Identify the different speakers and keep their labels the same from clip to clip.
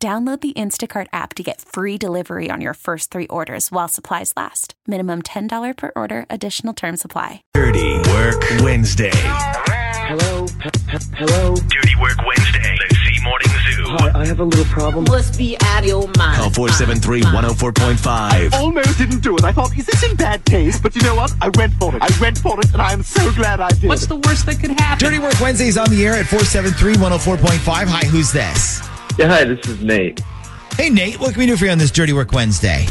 Speaker 1: Download the Instacart app to get free delivery on your first three orders while supplies last. Minimum $10 per order, additional term supply.
Speaker 2: Dirty Work Wednesday.
Speaker 3: Hello, H- h- hello.
Speaker 2: Dirty Work Wednesday. The Z Morning Zoo.
Speaker 3: Hi,
Speaker 4: uh,
Speaker 3: I have a little problem.
Speaker 5: must be out of your mind.
Speaker 2: Call 473 104.5.
Speaker 4: almost Oh, didn't do it. I thought, is this in bad taste? But you know what? I went for it. I went for it, and I am so glad I did.
Speaker 6: What's the worst that could happen?
Speaker 7: Dirty Work Wednesdays on the air at 473 104.5. Hi, who's this?
Speaker 8: Yeah, hi, this is Nate.
Speaker 7: Hey, Nate, what can we do for you on this Dirty Work Wednesday?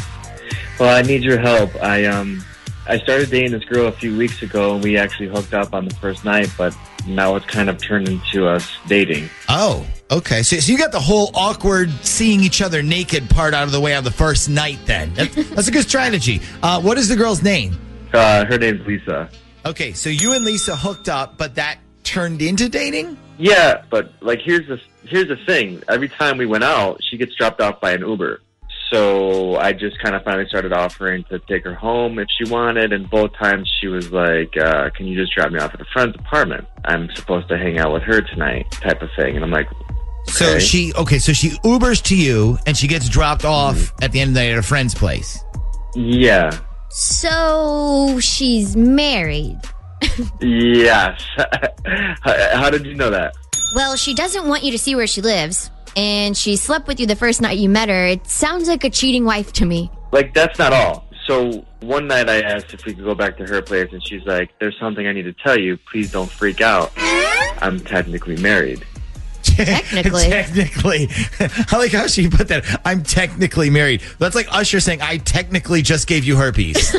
Speaker 8: Well, I need your help. I um, I started dating this girl a few weeks ago, and we actually hooked up on the first night, but now it's kind of turned into us dating.
Speaker 7: Oh, okay. So, so you got the whole awkward seeing each other naked part out of the way on the first night then. That- that's a good strategy. Uh, what is the girl's name?
Speaker 8: Uh, her name's Lisa.
Speaker 7: Okay, so you and Lisa hooked up, but that turned into dating?
Speaker 8: Yeah, but like here's the here's the thing. Every time we went out, she gets dropped off by an Uber. So I just kind of finally started offering to take her home if she wanted, and both times she was like, uh, "Can you just drop me off at a friend's apartment? I'm supposed to hang out with her tonight," type of thing. And I'm like,
Speaker 7: So
Speaker 8: Okay.
Speaker 7: she, okay, so she Ubers to you and she gets dropped off at the end of the night at a friend's place.
Speaker 8: "Yeah,
Speaker 9: So she's married.
Speaker 8: Yes. how, how did you know that?
Speaker 9: Well, she doesn't want you to see where she lives, and she slept with you the first night you met her. It sounds like a cheating wife to me.
Speaker 8: Like, that's not all. So, one night I asked if we could go back to her place, and she's like, There's something I need to tell you. Please don't freak out. I'm technically married.
Speaker 9: Technically.
Speaker 7: technically. I like how she put that. I'm technically married. That's like Usher saying, I technically just gave you herpes.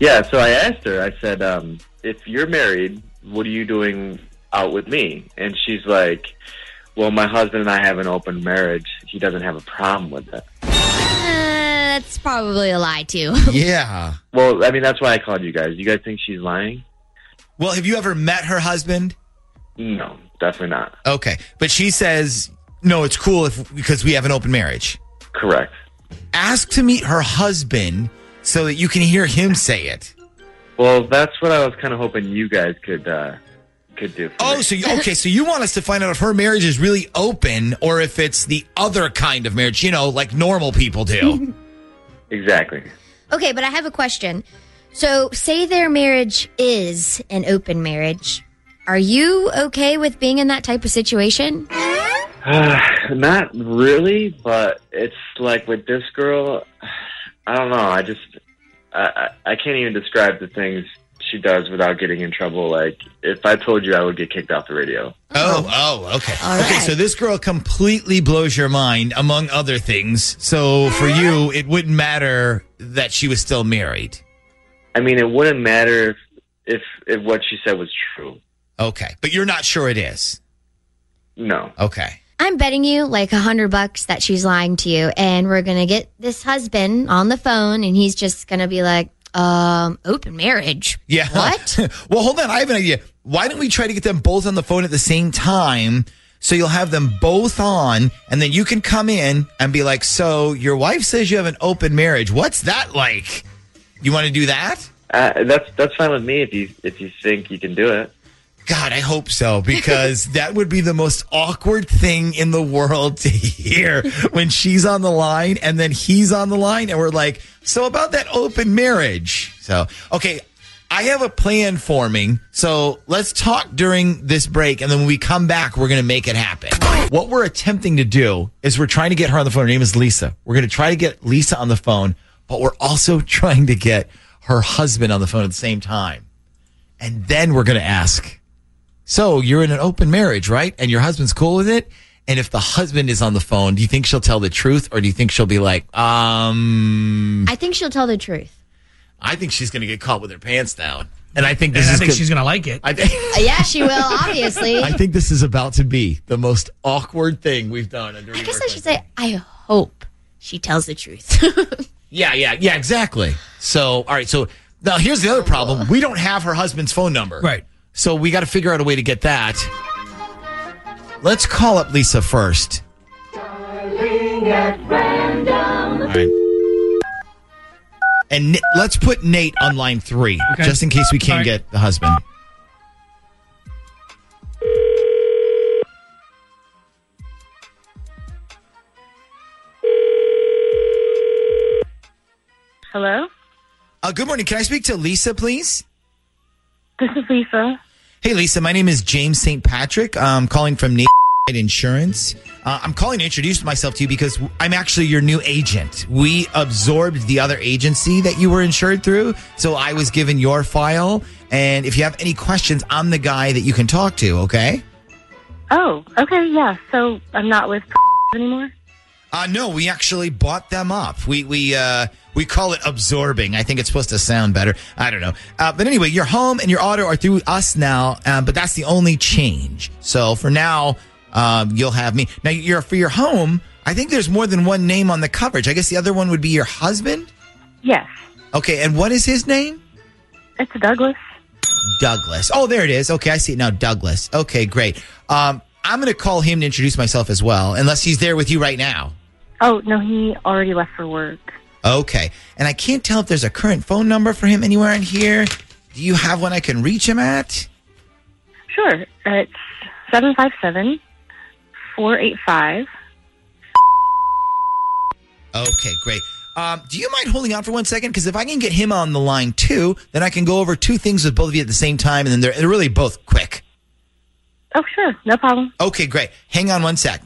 Speaker 8: Yeah, so I asked her, I said, um, If you're married, what are you doing out with me? And she's like, Well, my husband and I have an open marriage. He doesn't have a problem with that.
Speaker 9: Uh, that's probably a lie, too.
Speaker 7: yeah.
Speaker 8: Well, I mean, that's why I called you guys. You guys think she's lying?
Speaker 7: Well, have you ever met her husband?
Speaker 8: No, definitely not.
Speaker 7: Okay. But she says, no, it's cool if because we have an open marriage.
Speaker 8: Correct.
Speaker 7: Ask to meet her husband so that you can hear him say it.
Speaker 8: Well, that's what I was kind of hoping you guys could uh, could do. For
Speaker 7: Oh,
Speaker 8: me.
Speaker 7: so you, okay, so you want us to find out if her marriage is really open or if it's the other kind of marriage, you know, like normal people do.
Speaker 8: exactly.
Speaker 9: okay, but I have a question. So, say their marriage is an open marriage. Are you okay with being in that type of situation?
Speaker 8: Not really, but it's like with this girl. I don't know. I just I, I I can't even describe the things she does without getting in trouble. Like if I told you, I would get kicked off the radio.
Speaker 7: oh, oh, okay.
Speaker 9: Uh-huh. All
Speaker 7: Okay,
Speaker 9: right.
Speaker 7: so this girl completely blows your mind among other things. So for you, it wouldn't matter that she was still married.
Speaker 8: I mean, it wouldn't matter if if, if what she said was true.
Speaker 7: Okay. But you're not sure it is.
Speaker 8: No.
Speaker 7: Okay.
Speaker 9: I'm betting you like a hundred bucks that she's lying to you, and we're gonna get this husband on the phone, and he's just gonna be like, um, open marriage.
Speaker 7: Yeah.
Speaker 9: What?
Speaker 7: well, hold on. I have an idea. Why don't we try to get them both on the phone at the same time? So you'll have them both on, and then you can come in and be like, "So your wife says you have an open marriage. What's that like? You want to do that?"
Speaker 8: Uh, that's that's fine with me if you if you think you can do it.
Speaker 7: God, I hope so because that would be the most awkward thing in the world to hear when she's on the line and then he's on the line and we're like, "So about that open marriage." So, okay, I have a plan forming. So, let's talk during this break and then when we come back, we're going to make it happen. What we're attempting to do is we're trying to get her on the phone. Her name is Lisa. We're going to try to get Lisa on the phone, but we're also trying to get her husband on the phone at the same time. And then we're going to ask, so you're in an open marriage, right? And your husband's cool with it. And if the husband is on the phone, do you think she'll tell the truth or do you think she'll be like, um,
Speaker 9: I think she'll tell the truth.
Speaker 7: I think she's going to get caught with her pants down. And I think this
Speaker 6: I
Speaker 7: is,
Speaker 6: think
Speaker 7: gonna-
Speaker 6: she's gonna like it.
Speaker 7: I think,
Speaker 9: Uh, Yeah, she will, obviously.
Speaker 7: I
Speaker 9: I
Speaker 7: think this is about to be the most awkward thing we've done. Under
Speaker 9: guess I should say, I hope she tells the truth.
Speaker 7: Yeah, yeah, yeah, exactly. So, all right. So now here's the other problem. We don't have her husband's phone number.
Speaker 5: Right.
Speaker 7: So we got to figure out a way to get that. Let's call up Lisa first. All right. And Ni- let's put Nate on line three,
Speaker 5: Okay.
Speaker 7: just in case we can't
Speaker 5: All right.
Speaker 7: get the husband.
Speaker 6: Hello,
Speaker 7: Uh, good morning. Can I speak to Lisa, please?
Speaker 6: this is Lisa.
Speaker 7: Hey, Lisa, my name is James St. Patrick. I'm calling from Nationwide Insurance. Uh, I'm calling to introduce myself to you because I'm actually your new agent. We absorbed the other agency that you were insured through. So I was given your file. And if you have any questions, I'm the guy that you can talk to, okay?
Speaker 6: Oh, okay, yeah. So I'm not with anymore.
Speaker 7: Uh, no, we actually bought them up. We we uh, we call it absorbing. I think it's supposed to sound better. I don't know. Uh, but anyway, your home and your auto are through us now. Um, but that's the only change. So for now, um, you'll have me. Now, you're for your home. I think there's more than one name on the coverage. I guess the other one would be your husband.
Speaker 6: Yes,
Speaker 7: Okay, and what is his name?
Speaker 6: it's Douglas.
Speaker 7: Douglas. Oh, there it is. Okay, I see it now. Douglas. Okay, great. Um, I'm going to call him to introduce myself as well, unless he's there with you right now.
Speaker 6: Oh no, he already left for work.
Speaker 7: Okay. And I can't tell if there's a current phone number for him anywhere in here. Do you have one I can reach him at?
Speaker 6: Sure, it's seven five seven four eight five.
Speaker 7: Okay, great. Um, do you mind holding on for one second? Because if I can get him on the line too, then I can go over two things with both of you at the same time, and then they're, they're really both quick.
Speaker 6: Oh sure, no problem.
Speaker 7: Okay, great. Hang on one sec.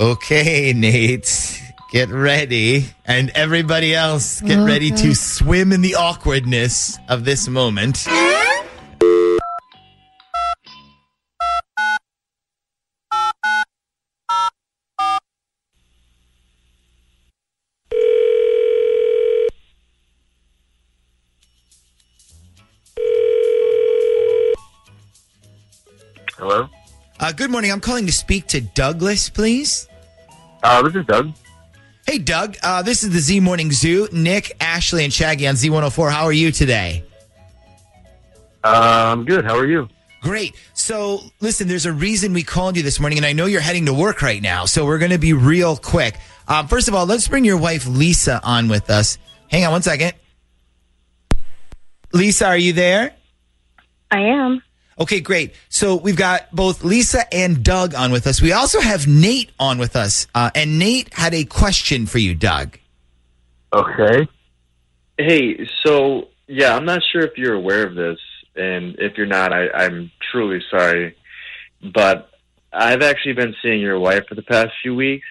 Speaker 7: Okay, Nate, get ready. And everybody else, get ready to swim in the awkwardness of this moment.
Speaker 8: Hello.
Speaker 7: Uh, good morning. I'm calling to speak to Douglas, please.
Speaker 8: Uh, this is Doug.
Speaker 7: Hey, Doug. Uh, this is the Z Morning Zoo. Nick, Ashley, and Shaggy on Z104. How are you today?
Speaker 8: Uh, I'm good. How are you?
Speaker 7: Great. So, listen, there's a reason we called you this morning, and I know you're heading to work right now, so we're going to be real quick. Um, first of all, let's bring your wife, Lisa, on with us. Hang on one second. Lisa, are you there?
Speaker 6: I am.
Speaker 7: Okay, great. So we've got both Lisa and Doug on with us. We also have Nate on with us, uh, and Nate had a question for you, Doug.
Speaker 8: Okay. Hey, so yeah, I'm not sure if you're aware of this, and if you're not, I, I'm truly sorry. But I've actually been seeing your wife for the past few weeks,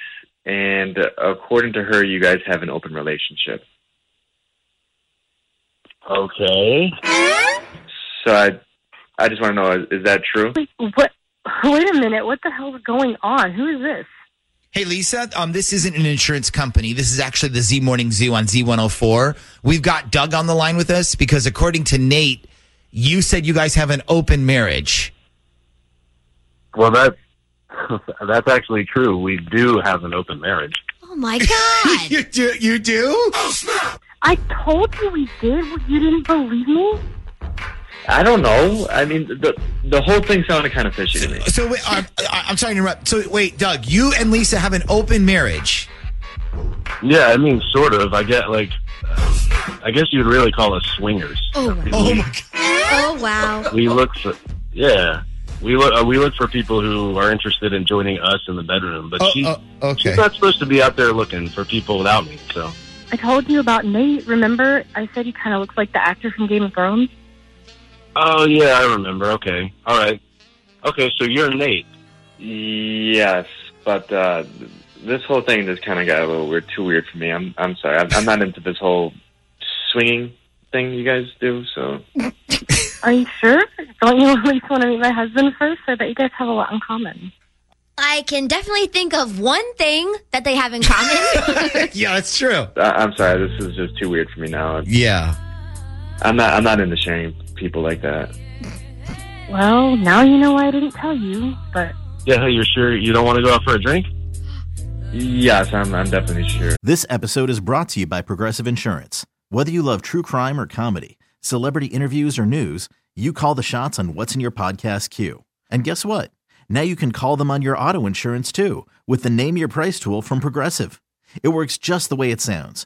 Speaker 8: and according to her, you guys have an open relationship. Okay. So I, I just want to know: is, is that true?
Speaker 6: Wait, what? Wait a minute. What the hell is going on? Who is this?
Speaker 7: Hey Lisa, um, this isn't an insurance company. This is actually the Z Morning Zoo on Z104. We've got Doug on the line with us because according to Nate, you said you guys have an open marriage.
Speaker 10: Well, that's that's actually true. We do have an open marriage.
Speaker 9: oh my god!
Speaker 7: You do? You do?
Speaker 6: I told you we did. You didn't believe me.
Speaker 8: I don't know. I mean, the the whole thing sounded kind of fishy to me.
Speaker 7: So wait, I'm, I- I'm sorry to interrupt. So wait, Doug, you and Lisa have an open marriage.
Speaker 10: Yeah, I mean, sort of. I get like, I guess you'd really call us swingers.
Speaker 9: Oh, wow.
Speaker 7: Oh my god!
Speaker 9: oh wow!
Speaker 10: We look for, yeah, we look uh, we look for people who are interested in joining us in the bedroom. But
Speaker 7: Oh,
Speaker 10: she,
Speaker 7: oh, okay.
Speaker 10: she's not supposed to be out there looking for people without me. So
Speaker 6: I told you about Nate. Remember, I said he kind of looks like the actor from Game of Thrones.
Speaker 10: oh yeah, I remember. Okay, all right, okay. So you're Nate.
Speaker 8: Yes, but uh, this whole thing just kind of got a little weird, too weird for me. I'm I'm sorry. I'm, I'm not into this whole swinging thing you guys do. So
Speaker 6: Are you sure? Don't you at least want to meet my husband first? I bet you guys have a lot in common.
Speaker 9: I can definitely think of one thing that they have in common.
Speaker 7: Yeah, that's true.
Speaker 8: I, I'm sorry. This is just too weird for me now.
Speaker 7: Yeah.
Speaker 8: I'm not I'm not into sharing people like that.
Speaker 6: Well, now you know why I didn't tell you, but
Speaker 10: Yeah, hey, you're sure you don't want to go out for a drink?
Speaker 8: Yes, I'm, I'm definitely sure.
Speaker 5: This episode is brought to you by Progressive Insurance. Whether you love true crime or comedy, celebrity interviews or news, you call the shots on what's in your podcast queue. And guess what? Now you can call them on your auto insurance too with the Name Your Price tool from Progressive. It works just the way it sounds.